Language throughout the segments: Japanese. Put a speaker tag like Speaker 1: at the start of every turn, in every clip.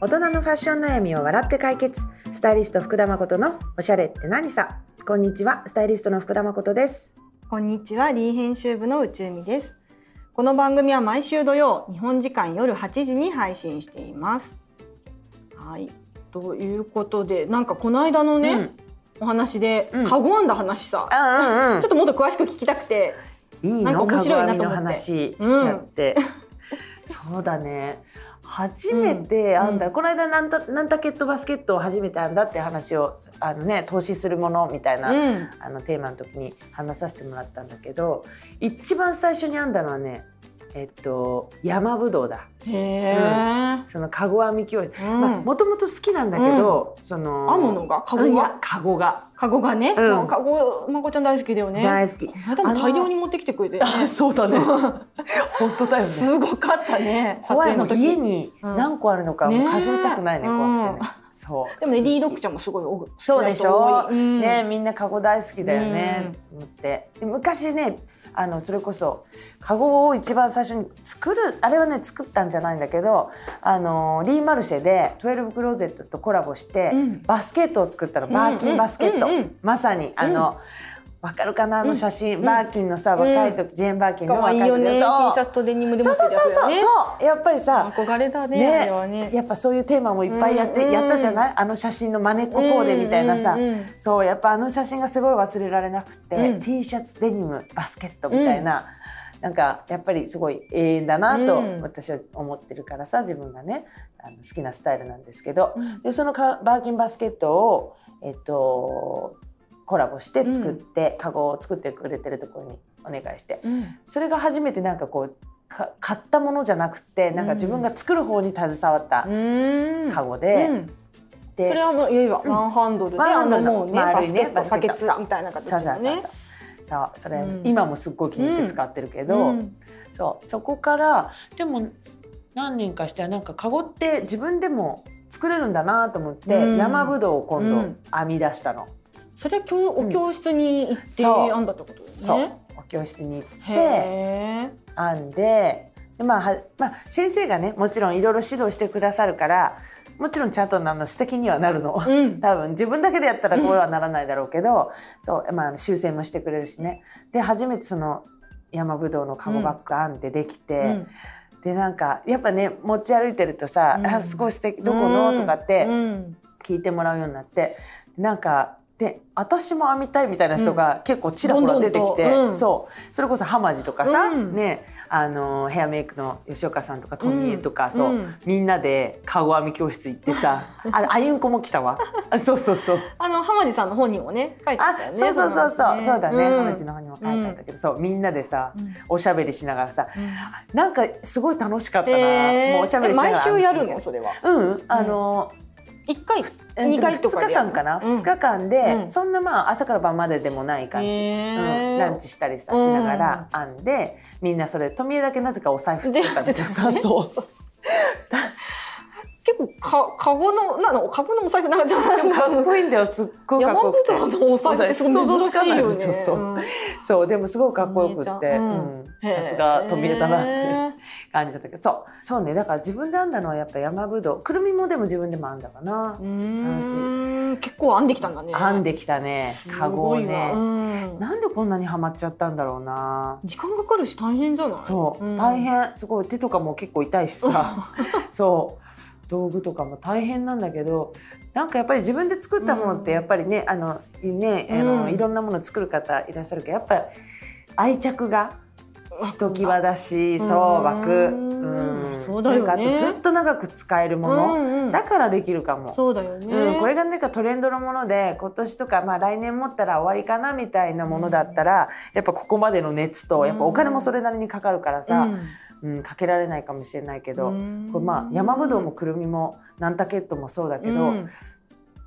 Speaker 1: 大人のファッション悩みを笑って解決スタイリスト福田誠のおしゃれって何さこんにちはスタイリストの福田誠です
Speaker 2: こんにちは、リー編集部の内海です。この番組は毎週土曜、日本時間夜8時に配信しています。はい、ということで、なんかこの間のね、
Speaker 1: うん
Speaker 2: お話で、
Speaker 1: うん
Speaker 2: カゴ編んだ話さ、
Speaker 1: あうんうん
Speaker 2: ちょっともっと詳しく聞きたくて、
Speaker 1: いいの
Speaker 2: なんか面白いなと思
Speaker 1: 鏡
Speaker 2: って
Speaker 1: の話しちゃって、そうだね初めてあんだ、この間なんたなんたけっとバスケットを初めてあんだって話をあのね投資するものみたいな、
Speaker 2: うん、
Speaker 1: あのテーマの時に話させてもらったんだけど一番最初に編んだのはねえっと山ぶどうだ
Speaker 2: へえ、
Speaker 1: そのカゴ編み教室
Speaker 2: うん、ま
Speaker 1: もともと好きなんだけど、その
Speaker 2: 編むのがカ
Speaker 1: うん
Speaker 2: ゴ
Speaker 1: い
Speaker 2: が
Speaker 1: や、カゴが
Speaker 2: カゴがね、
Speaker 1: うん
Speaker 2: カゴまこちゃん大好きだよね。
Speaker 1: 大好き、
Speaker 2: この間も大量に持ってきてくれて、
Speaker 1: あそうだね本当だよね
Speaker 2: すごかったね。
Speaker 1: 怖い
Speaker 2: 撮
Speaker 1: の
Speaker 2: 影
Speaker 1: 家に何個あるのか
Speaker 2: うん
Speaker 1: もう数えたくないね
Speaker 2: ねえ
Speaker 1: 怖くてねそう
Speaker 2: でもね、リードクちゃんもすごい多い。
Speaker 1: そうでしょ
Speaker 2: 多いうん
Speaker 1: ねみんなカゴ大好きだよね、思ってで昔ねあのそれこそカゴを一番最初に作るあれはね作ったんじゃないんだけどあのリーマルシェで12クローゼットとコラボして、
Speaker 2: うん
Speaker 1: バスケットを作ったのバーキンバスケット、
Speaker 2: うんうんうんうん
Speaker 1: まさにあの、わかるかなあの写真、バーキンのさ若い時、ジェーン・バーキンの
Speaker 2: 可
Speaker 1: 若
Speaker 2: 愛
Speaker 1: い
Speaker 2: い
Speaker 1: 時
Speaker 2: よね。T シ
Speaker 1: そう
Speaker 2: ャツとデニムで持
Speaker 1: そ
Speaker 2: っ
Speaker 1: う
Speaker 2: て
Speaker 1: そう
Speaker 2: るやつ
Speaker 1: そうそ
Speaker 2: だ
Speaker 1: う
Speaker 2: よね。
Speaker 1: そうやっぱりさ
Speaker 2: 憧れだね。あれはね。
Speaker 1: やっぱそういうテーマもいっぱいやって、
Speaker 2: うんうん
Speaker 1: やったじゃないあの写真の真似っこコーデみたいなさ、
Speaker 2: うんうんうん
Speaker 1: そうやっぱあの写真がすごい忘れられなくて、
Speaker 2: うん
Speaker 1: T シャツデニムバスケットみたいな、なんかやっぱりすごい永遠だなと
Speaker 2: うん
Speaker 1: 私は思ってるからさ自分がねあの好きなスタイルなんですけど、
Speaker 2: うん
Speaker 1: でそのかバーキンバスケットを、えっと、コラボして作って、カゴを作ってくれてるところにお願いして
Speaker 2: うん
Speaker 1: それが初めてなんかこうか買ったものじゃなくてなんか自分が作る方に携わった
Speaker 2: うん。
Speaker 1: カゴで、
Speaker 2: うん
Speaker 1: で
Speaker 2: それはもういわゆるワンハンドルで、
Speaker 1: ワンハ
Speaker 2: あ
Speaker 1: ンド
Speaker 2: の
Speaker 1: ルの
Speaker 2: もうねバ
Speaker 1: 丸い
Speaker 2: ス
Speaker 1: ね
Speaker 2: ケット、
Speaker 1: バス
Speaker 2: バ
Speaker 1: ケ
Speaker 2: ケ
Speaker 1: ット
Speaker 2: ツみたいな
Speaker 1: そう
Speaker 2: 形
Speaker 1: そ
Speaker 2: で
Speaker 1: うそう
Speaker 2: ね
Speaker 1: そう。そうそれ、
Speaker 2: うん
Speaker 1: 今もすっごい気に入って使ってるけど、
Speaker 2: うん
Speaker 1: そうそこからでも何年かしてはなんかカゴって自分でも作れるんだなと思って、
Speaker 2: うん
Speaker 1: 山ぶどうを今
Speaker 2: う
Speaker 1: 度
Speaker 2: ん
Speaker 1: 編み出したの。
Speaker 2: それは教お教室に行って
Speaker 1: そう
Speaker 2: 編んだってことです
Speaker 1: そう
Speaker 2: ね。
Speaker 1: お教室に行って
Speaker 2: へえ。
Speaker 1: 編んでで、まあ、はまあ先生がねもちろんいろいろ指導してくださるからもちろんちゃんとあの素敵にはなるの。
Speaker 2: うん。
Speaker 1: 多分自分だけでやったらこうはならないだろうけど、そうまあ修正もしてくれるしねで初めてその山ぶどうのカゴバッグ編んでできて、
Speaker 2: うん
Speaker 1: でなんかやっぱね持ち歩いてるとさ「
Speaker 2: うん
Speaker 1: あすごい素敵どこの?」とかっ
Speaker 2: う
Speaker 1: て
Speaker 2: ん
Speaker 1: 聞いてもらうようになってなんかで私も編みたいみたいな人が結構ちらほら出てきて、
Speaker 2: どんどんとうん
Speaker 1: そうそれこそ浜地とかさ、
Speaker 2: うん
Speaker 1: ねあのヘアメイクの吉岡さんとかトミエとか、
Speaker 2: うん
Speaker 1: そう、
Speaker 2: うん
Speaker 1: みんなでカゴ編み教室行って さああゆんこも来たわあそうそうそう。
Speaker 2: あの浜地さんの本にもね書いてたよ
Speaker 1: あ
Speaker 2: ね。
Speaker 1: そうそうそうそう、そうだね、
Speaker 2: ん
Speaker 1: 浜地の方にも書いてあったけど、そうみんなでさ、
Speaker 2: うん
Speaker 1: おしゃべりしながらさ
Speaker 2: うん
Speaker 1: なんかすごい楽しかったな、
Speaker 2: へー
Speaker 1: もうおしゃべりしながら
Speaker 2: 毎週やるのそれは
Speaker 1: うんあの、
Speaker 2: 一回
Speaker 1: うん
Speaker 2: 二回とか
Speaker 1: 2
Speaker 2: で
Speaker 1: 日間かな、
Speaker 2: うん
Speaker 1: 2日間で、
Speaker 2: うん
Speaker 1: そんなまあ朝から晩まででもない感じ、
Speaker 2: へー
Speaker 1: うん、ランチしたりさしながら編んで、みんなそれ富江だけなぜかお財布作ったんだけど さそう
Speaker 2: 結構かカゴのなのカゴのお財布なんじゃ ないの
Speaker 1: かっこいいんだよすっごいかっ
Speaker 2: 山
Speaker 1: こよくて
Speaker 2: 本のお財布ってすごい珍しいよね。
Speaker 1: そうそうそう
Speaker 2: うん
Speaker 1: そうでもすごいかっこよくって、
Speaker 2: う
Speaker 1: うんん、さすが富江だなっていう。
Speaker 2: へ
Speaker 1: 感じだったけどそうそうねだから自分で編んだのはやっぱ山ぶどうくるみもでも自分でも編んだかな
Speaker 2: ーう、ーん結構編んできたんだね。
Speaker 1: 編んできたねカゴを
Speaker 2: すごいわ
Speaker 1: ね、
Speaker 2: うん
Speaker 1: なんでこんなにハマっちゃったんだろうな
Speaker 2: 時間かかるし大変じゃない？
Speaker 1: そう、
Speaker 2: ん
Speaker 1: 大。変すごい手とかも結構痛いしさ そう道具とかも大変なんだけどなんかやっぱり自分で作ったものってやっぱりね、あのねあの、
Speaker 2: うん
Speaker 1: いろんなもの作る方いらっしゃるけどやっぱ愛着がひときわだし、
Speaker 2: うん
Speaker 1: そう湧く、
Speaker 2: うん
Speaker 1: ん
Speaker 2: そうだよね
Speaker 1: なんかあとずっと長く使えるも
Speaker 2: う
Speaker 1: の、
Speaker 2: んうん
Speaker 1: だからできるかも。う
Speaker 2: そうだよね。
Speaker 1: ん、これがなんかトレンドのもので今年とか、まあ、来年持ったら終わりかなみたいなものだったら、やっぱここまでの熱とやっぱお金もそれなりにかかるからさ、うんかけられないかもしれないけど、
Speaker 2: うん
Speaker 1: これまあ山ぶどうもくるみもなんたけっともそうだけど、
Speaker 2: う
Speaker 1: やっ
Speaker 2: ん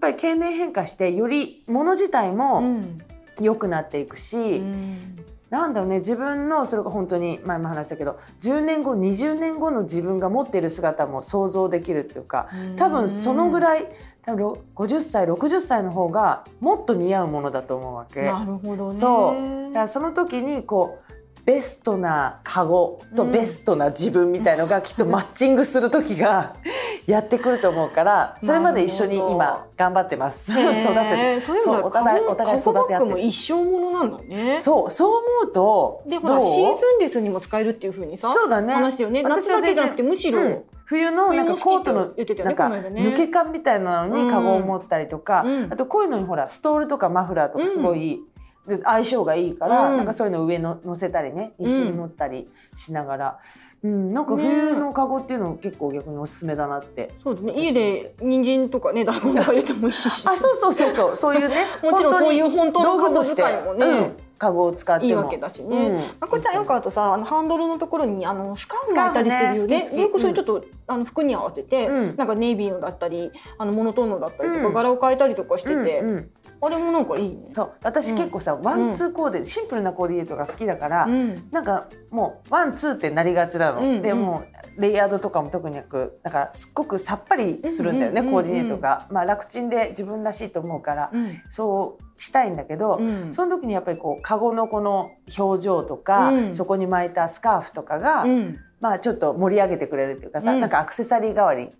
Speaker 1: ぱり経年変化してより物自体も
Speaker 2: ん
Speaker 1: 良くなっていくし、
Speaker 2: うん
Speaker 1: なんだろうね自分のそれが本当に前も話したけど10年後20年後の自分が持っている姿も想像できるっていうか
Speaker 2: うん
Speaker 1: 多分そのぐらい多分ろ50歳60歳の方がもっと似合うものだと思うわけ。
Speaker 2: なるほどね。
Speaker 1: そうだからその時にこうベス トなカゴとベストな自分みたいのがきっとマッチングする時が やってくると思うからそれまで一緒に
Speaker 2: なるほ
Speaker 1: 今頑張ってます。 育てて
Speaker 2: へーそういうの
Speaker 1: そう
Speaker 2: お
Speaker 1: お互
Speaker 2: 互
Speaker 1: い
Speaker 2: いお
Speaker 1: お互
Speaker 2: 互
Speaker 1: い
Speaker 2: い
Speaker 1: 育
Speaker 2: 育
Speaker 1: て合って
Speaker 2: て合って
Speaker 1: る
Speaker 2: も一生ものなんだね。
Speaker 1: そうそう思うと
Speaker 2: でほ
Speaker 1: ど
Speaker 2: ら
Speaker 1: う
Speaker 2: シーズンレスにも使えるっていう風にさ、
Speaker 1: そうだね
Speaker 2: 話だよね。
Speaker 1: 私
Speaker 2: 夏
Speaker 1: は
Speaker 2: だけじゃなくてむしろ、
Speaker 1: うん冬のなんかコートの
Speaker 2: 冬も好きって言ってたよ
Speaker 1: なん
Speaker 2: ね
Speaker 1: か
Speaker 2: この間ね
Speaker 1: 抜け感みたいなのにカゴを持ったりとか、
Speaker 2: うん
Speaker 1: あとこういうのにほらストールとかマフラーとかすごい、で相性がいいから、
Speaker 2: うん
Speaker 1: なんかそういうの上の乗せたりね一緒に乗ったりしながら、うん、なんか冬のカゴっていうの結構逆におすすめだなって。
Speaker 2: そうだね。家で人参とかね大根とか入れてもいいし。
Speaker 1: あそうそうそう そうそういうね
Speaker 2: もちろんそういう本当の
Speaker 1: 道具として
Speaker 2: カゴ使いもね
Speaker 1: うん、カゴを使っても
Speaker 2: いいわけだしね。
Speaker 1: うん
Speaker 2: まこちゃんよくあとさあのハンドルのところにあのスカーフ巻いたりしてるよ
Speaker 1: スカーフね好き好
Speaker 2: ね。
Speaker 1: き
Speaker 2: でよくそれちょっと、あの服に合わせて、
Speaker 1: うん
Speaker 2: なんかネイビーのだったりあのモノトーンのだったりとか、
Speaker 1: うん
Speaker 2: 柄を変えたりとかしてて、
Speaker 1: うんうん
Speaker 2: あれもなんかいいね。
Speaker 1: そう私結構さ、ワンツーコーデ、シンプルなコーディネートが好きだから、
Speaker 2: うん。
Speaker 1: なんかもうワンツーってなりがちなの、
Speaker 2: うん
Speaker 1: で
Speaker 2: うん
Speaker 1: もうレイヤードとかも特になくだからすっごくさっぱりするんだよね、
Speaker 2: うんうん
Speaker 1: コ
Speaker 2: うんう
Speaker 1: ー
Speaker 2: ん
Speaker 1: ディネートが、まあ、楽ちんで自分らしいと思うから、
Speaker 2: うん。
Speaker 1: そうしたいんだけど、
Speaker 2: うん
Speaker 1: その時にやっぱりこうカゴのこの表情とか、
Speaker 2: うん
Speaker 1: そこに巻いたスカーフとかが、
Speaker 2: うん
Speaker 1: まあ、ちょっと盛り上げてくれるっていうかさ、
Speaker 2: うん
Speaker 1: なんかアクセサリー代わり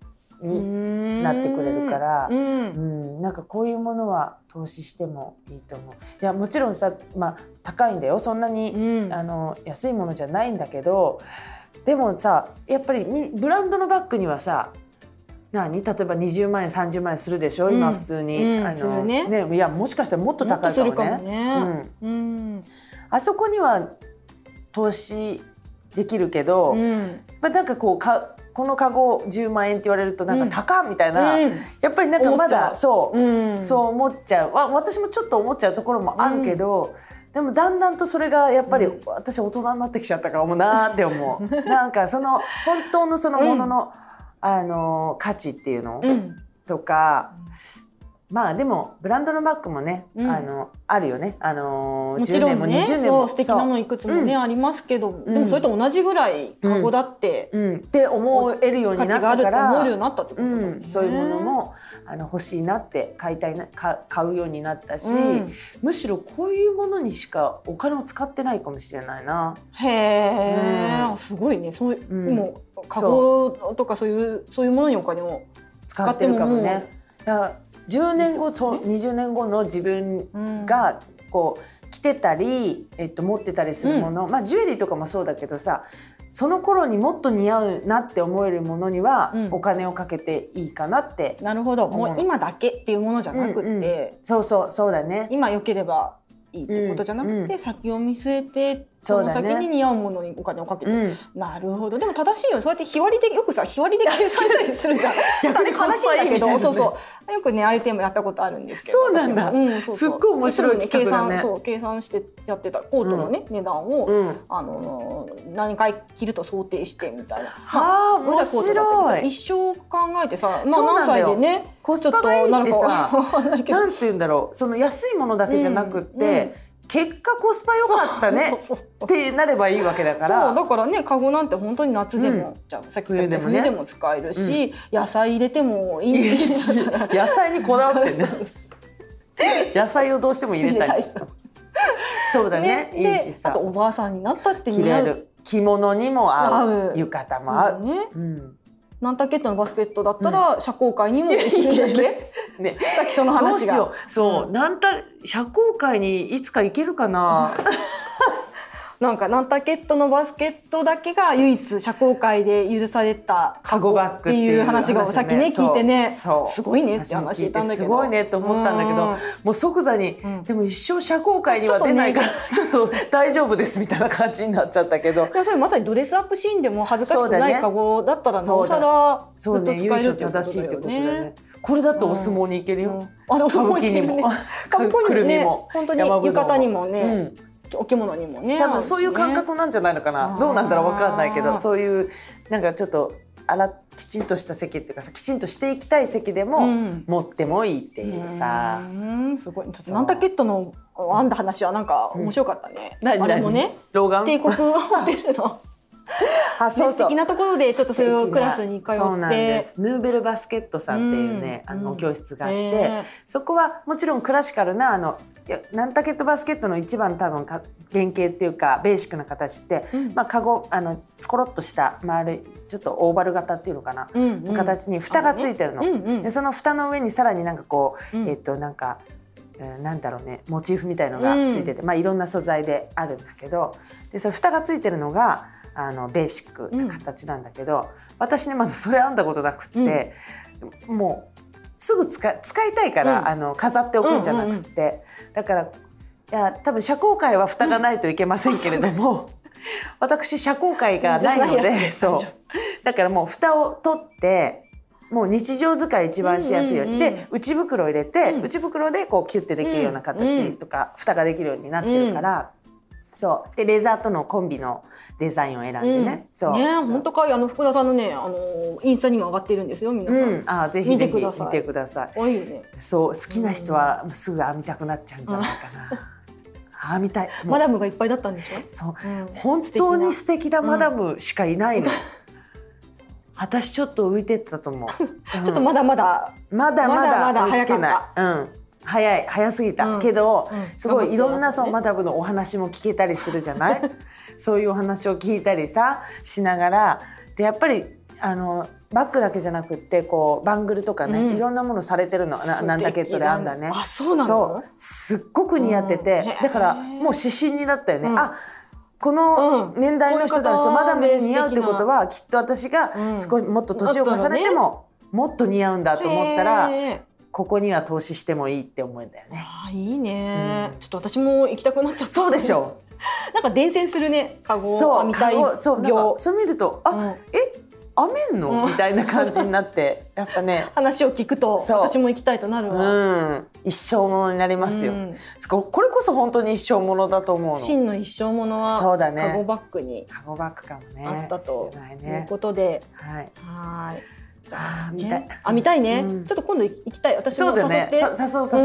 Speaker 1: に、な
Speaker 2: な
Speaker 1: ってくれるから
Speaker 2: うん
Speaker 1: うん、なんかこういうものは投資してもいいと思う。いやもちろんさ、まあ、高いんだよそんなに、
Speaker 2: うん
Speaker 1: あの安いものじゃないんだけどでもさやっぱりみブランドのバッグにはさ何例えば20万円30万円するでしょ、
Speaker 2: うん
Speaker 1: 今普通に、
Speaker 2: うん
Speaker 1: あ
Speaker 2: する
Speaker 1: の
Speaker 2: ね
Speaker 1: いやもしかしたらもっと
Speaker 2: もっ
Speaker 1: 高
Speaker 2: と
Speaker 1: いか
Speaker 2: す
Speaker 1: も
Speaker 2: る
Speaker 1: ね
Speaker 2: かもね。
Speaker 1: うん、
Speaker 2: うん。
Speaker 1: あそこには投資できるけど、
Speaker 2: うん。
Speaker 1: まあ、なんかこうかこのカゴ10万円って言われるとなんか高っみたいな、
Speaker 2: うん
Speaker 1: やっぱりなんかま
Speaker 2: 思っちゃ
Speaker 1: だ
Speaker 2: う
Speaker 1: そう、
Speaker 2: うん。
Speaker 1: そう思っちゃうわ私もちょっと思っちゃうところもあるけど、でもだんだんとそれがやっぱり、
Speaker 2: うん
Speaker 1: 私大人になってきちゃったからもうなーって思 うなんかその本当のそのものの、あの価値っていうの、
Speaker 2: うん。
Speaker 1: とかまあでもブランドのバッグもね、
Speaker 2: うん
Speaker 1: あのあるよねあの
Speaker 2: もち
Speaker 1: 10
Speaker 2: ろ
Speaker 1: 年も
Speaker 2: んね、
Speaker 1: 20年も
Speaker 2: そう素敵なのいくつもね、
Speaker 1: うん
Speaker 2: ありますけど、
Speaker 1: ん
Speaker 2: でもそれと同じぐらいカゴだって
Speaker 1: うん、って思えるように
Speaker 2: 価
Speaker 1: なっ
Speaker 2: 値が
Speaker 1: た
Speaker 2: あるっ
Speaker 1: か
Speaker 2: て
Speaker 1: ら
Speaker 2: 思えるようになったってことだもんね
Speaker 1: うん、そういうものもあの欲しいなって買いたいなか買うようになったし、
Speaker 2: うん
Speaker 1: むしろこういうものにしかお金を使ってないかもしれないな。
Speaker 2: へえ、
Speaker 1: うん
Speaker 2: すごいねそう、
Speaker 1: うん
Speaker 2: もうカゴとかそういうそういうものにお金を
Speaker 1: 使ってるかも
Speaker 2: 使って
Speaker 1: ね。だから10年後と20年後の自分がこう着てたり、えっと、持ってたりするもの、まあジュエリーとかもそうだけどさその頃にもっと似合うなって思えるものには
Speaker 2: うん
Speaker 1: お金をかけていいかなって、
Speaker 2: なるほどもう今だけっていうものじゃなくて、
Speaker 1: うんうんそうそうそうだね。
Speaker 2: 今良ければいいってことじゃなくて、
Speaker 1: うんうん
Speaker 2: 先を見据えて
Speaker 1: そ
Speaker 2: そうの
Speaker 1: だね
Speaker 2: 先に似合うものにお金をかけて、
Speaker 1: うん
Speaker 2: なるほどでも正しいよねそうやって日割りでよくさ日割りで計算したりするじゃん
Speaker 1: 逆に
Speaker 2: ちょっとあれ悲しいん
Speaker 1: コスパ
Speaker 2: だけど、
Speaker 1: いいみたいなね
Speaker 2: そうそうよくねああいうテーマやったことあるんですけど
Speaker 1: そうなんだ
Speaker 2: 私もうんそうそう
Speaker 1: すっごい面白い企画だね
Speaker 2: もちろん計算そう計算してやってたコートのね、値段を、
Speaker 1: うん
Speaker 2: あの何回着ると想定してみたいな。
Speaker 1: はあ
Speaker 2: ま
Speaker 1: 面
Speaker 2: こうじゃなかった
Speaker 1: 白
Speaker 2: けど
Speaker 1: い。
Speaker 2: 一生考えてさ、まあ、
Speaker 1: そうな
Speaker 2: 何
Speaker 1: んだ
Speaker 2: 歳
Speaker 1: よ
Speaker 2: でね
Speaker 1: コスパがいいってさ
Speaker 2: ちょっとなるかわかん ないけど
Speaker 1: なんて言うんだろうその安いものだけじゃなくって、
Speaker 2: うんうん
Speaker 1: 結果コスパ良かったね
Speaker 2: そうそう
Speaker 1: っ。てなればいいわけだから
Speaker 2: そうだからねカゴなんて本当に夏でも、
Speaker 1: う
Speaker 2: じゃあさっき言ったよう
Speaker 1: 冬で
Speaker 2: に
Speaker 1: もね
Speaker 2: 冬でも使えるし、野菜入れてもいい
Speaker 1: いいし野菜にこだわって ね野菜をどうしても入れたいそうだねいい
Speaker 2: で
Speaker 1: し
Speaker 2: あ
Speaker 1: さ
Speaker 2: とおばあさんになったって
Speaker 1: 着
Speaker 2: 似合
Speaker 1: れ
Speaker 2: う
Speaker 1: る着物にも合う
Speaker 2: 合う
Speaker 1: 浴衣も合
Speaker 2: も
Speaker 1: う、
Speaker 2: うね、
Speaker 1: うん、
Speaker 2: ナンタケットのバスケットだったら、社交界にも行ける だけ
Speaker 1: ね
Speaker 2: さっきその
Speaker 1: どう
Speaker 2: 話
Speaker 1: し
Speaker 2: が
Speaker 1: ようそう、なんた社交界にいつか行けるかな
Speaker 2: なんかナンタケットのバスケットだけが唯一社交界で許された
Speaker 1: カゴバッ
Speaker 2: っ
Speaker 1: グ
Speaker 2: ていう話がさっきね聞いてね
Speaker 1: そうそう
Speaker 2: すごいねって話してたんだけど
Speaker 1: すごいねと思ったんだけ
Speaker 2: うん
Speaker 1: どもう即座に、
Speaker 2: うん
Speaker 1: でも一生社交界には出ないから ちょっと大丈夫ですみたいな感じになっちゃったけど
Speaker 2: いやそれまさにドレスアップシーンでも恥ずかしく
Speaker 1: そうだ
Speaker 2: な
Speaker 1: ね
Speaker 2: いカゴだったらなおさらず
Speaker 1: そ
Speaker 2: っ
Speaker 1: う
Speaker 2: と
Speaker 1: ね
Speaker 2: 使
Speaker 1: 優
Speaker 2: える
Speaker 1: 勝
Speaker 2: っていうこと
Speaker 1: 正しいっ
Speaker 2: だ
Speaker 1: て
Speaker 2: よ
Speaker 1: ことだよ
Speaker 2: ね
Speaker 1: ね。これだとお相撲に行けるよ、
Speaker 2: あでも
Speaker 1: 歌
Speaker 2: そう
Speaker 1: 舞
Speaker 2: 思
Speaker 1: 伎に
Speaker 2: い
Speaker 1: も
Speaker 2: か っこいい
Speaker 1: く
Speaker 2: よ
Speaker 1: るみ
Speaker 2: ね
Speaker 1: も
Speaker 2: 本当に
Speaker 1: 山ぶ
Speaker 2: 浴
Speaker 1: どう
Speaker 2: 衣にも
Speaker 1: う
Speaker 2: ね、
Speaker 1: ん
Speaker 2: お着物にもね
Speaker 1: 多分そういう感覚なんじゃないのかな、どうなんだろうわかんないけ
Speaker 2: あ
Speaker 1: ど
Speaker 2: ー
Speaker 1: そういうなんかちょっとあらきちんとした席っていうかさきちんとしていきたい席でも、
Speaker 2: うん
Speaker 1: 持ってもいいっていうさ、
Speaker 2: うんすごいちょっとナンタケットの編んだ話はなんか面白かったね、
Speaker 1: 何
Speaker 2: あれもね
Speaker 1: 何老眼
Speaker 2: 帝国ホテルの
Speaker 1: あ そうそう
Speaker 2: 素敵なところでちょっとそれをクラスに通って
Speaker 1: そうなんですヌーベルバスケットさんっていうね、
Speaker 2: うん
Speaker 1: あの
Speaker 2: うん
Speaker 1: 教室があって、
Speaker 2: え
Speaker 1: そこはもちろんクラシカルなあのいやナンタケットバスケットの一番多分か原型っていうかベーシックな形って、
Speaker 2: えうん
Speaker 1: まあ、カゴあのコロッとした丸いちょっとオーバル型っていうのかな、
Speaker 2: うんうん
Speaker 1: 形に蓋がついてるの。
Speaker 2: うんうん
Speaker 1: でその蓋の上にさらになんかこう、
Speaker 2: うん
Speaker 1: えっとなんか、えーなんだろうねモチーフみたいのがついてて、まあいろんな素材であるんだけどでその蓋がついてるのがあのベーシックな形なんだけど、私ねまだそれ編んだことなくって、もうすぐ使い使いたいから、
Speaker 2: うん
Speaker 1: あの飾っておくんじゃなくって、だからいや多分社交界は蓋がないといけませんけれども。 私社交界がないの
Speaker 2: じゃない
Speaker 1: でそうだからもう蓋を取ってもう日常使い一番しやすいように、
Speaker 2: うんうんうん
Speaker 1: で内袋入れて、
Speaker 2: うん
Speaker 1: 内袋でこうキュッてできるような形とか、蓋ができるようになってるから、そうでレザーとのコンビのデザインを選んでね、
Speaker 2: うん
Speaker 1: そう
Speaker 2: ねえ本当かいあの福田さんのねあのーインスタにも上がってるんですよ皆
Speaker 1: う
Speaker 2: さん、
Speaker 1: ん、あぜひぜひ
Speaker 2: 見てください
Speaker 1: 見てください
Speaker 2: 多いよね
Speaker 1: そう好きな人はもうすぐ編みたくなっちゃうんじゃないかな、編みたいもう
Speaker 2: マダムがいっぱいだったんでしょ、
Speaker 1: そう
Speaker 2: うん
Speaker 1: 本当に素敵なマダムしかいないの、私ちょっと浮いてったと思う
Speaker 2: ちょっとまだまだ、
Speaker 1: まだまだ
Speaker 2: まだまだ
Speaker 1: 追いつけない
Speaker 2: 早か
Speaker 1: うん、早い早すぎた、
Speaker 2: うん
Speaker 1: けど、
Speaker 2: うん
Speaker 1: すごいいろんな
Speaker 2: 頑張って
Speaker 1: そうマダムのお話も聞けたりするじゃない そういうお話を聞いたりさしながらでやっぱりあのバッグだけじゃなくってこうバングルとかね、
Speaker 2: うん
Speaker 1: いろんなものされてるのななんだケットで編んだね
Speaker 2: あそうな
Speaker 1: そ
Speaker 2: の
Speaker 1: うすっごく似合ってて、
Speaker 2: うんへー
Speaker 1: だからもう指針になったよね、
Speaker 2: うん
Speaker 1: あこの
Speaker 2: うん
Speaker 1: 年代の人だ、
Speaker 2: こういう方
Speaker 1: そうマダムに
Speaker 2: ね
Speaker 1: 似合うってことはきっと私
Speaker 2: う
Speaker 1: が
Speaker 2: ん
Speaker 1: すごいもっと年を重ねても、もっと似合うんだと思ったら、
Speaker 2: へえ
Speaker 1: ここには投資してもいいって思うんだよね。
Speaker 2: あーいいね、
Speaker 1: うん
Speaker 2: ちょっと私も行きたくなっちゃった
Speaker 1: そうでしょ
Speaker 2: なんか伝染するねカ
Speaker 1: う。
Speaker 2: ゴを
Speaker 1: そう、
Speaker 2: 編みたい
Speaker 1: 籠そう、なんか
Speaker 2: 業
Speaker 1: それ見ると、あ、
Speaker 2: うん
Speaker 1: え、編めんの、
Speaker 2: う
Speaker 1: み
Speaker 2: ん
Speaker 1: たいな感じにな って、やっぱね、
Speaker 2: 話を聞くと
Speaker 1: そう
Speaker 2: 私も行きたいとなる
Speaker 1: う
Speaker 2: わ、
Speaker 1: ん、一生ものになりますよ
Speaker 2: う。ん
Speaker 1: ここれこそ本当に一生ものだと思うの。
Speaker 2: 真の一生ものは
Speaker 1: そうだ
Speaker 2: カゴ
Speaker 1: ね。
Speaker 2: バッグに
Speaker 1: カゴバッグかもね。
Speaker 2: あったと
Speaker 1: しれない
Speaker 2: という
Speaker 1: ね。
Speaker 2: ことで、
Speaker 1: はい。
Speaker 2: はーいじゃあ、
Speaker 1: あー見たい
Speaker 2: ね、あ見たいね、
Speaker 1: うん
Speaker 2: ちょっと今度行きたい私
Speaker 1: そ
Speaker 2: も
Speaker 1: う
Speaker 2: 誘
Speaker 1: だ
Speaker 2: っ
Speaker 1: ね。
Speaker 2: て、
Speaker 1: さ、そうそうそう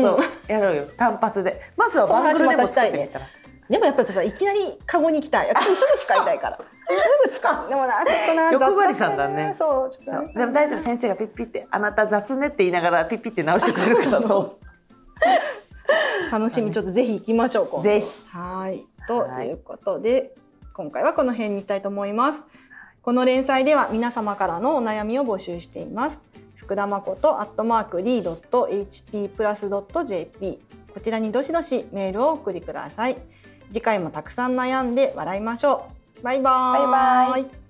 Speaker 2: うん
Speaker 1: やろうよ。単発で。まずはバングルでも作ってみたら。
Speaker 2: でもやっぱりさいきなりカゴに行きたい私もすぐ使いたいからすぐ使う でもなちょっとな
Speaker 1: 欲張り
Speaker 2: 雑か
Speaker 1: さ
Speaker 2: ら
Speaker 1: んだね
Speaker 2: そうちょっと
Speaker 1: そ
Speaker 2: な
Speaker 1: うでも大丈夫先生がピッピって「あなた雑ね」って言いながらピッピって直してくれる からそ
Speaker 2: 楽しみちょっとぜひ行きましょう今
Speaker 1: う
Speaker 2: 度
Speaker 1: ぜひ
Speaker 2: はいと
Speaker 1: はい
Speaker 2: いうことで今回はこの辺にしたいと思いますこの連載では皆様からのお悩みを募集しています福田誠アットマーク d.hp プラス .jp こちらにどしどしメールをお送りください次回もたくさん悩んで笑いましょうバイバーイ
Speaker 1: バイバ
Speaker 2: イ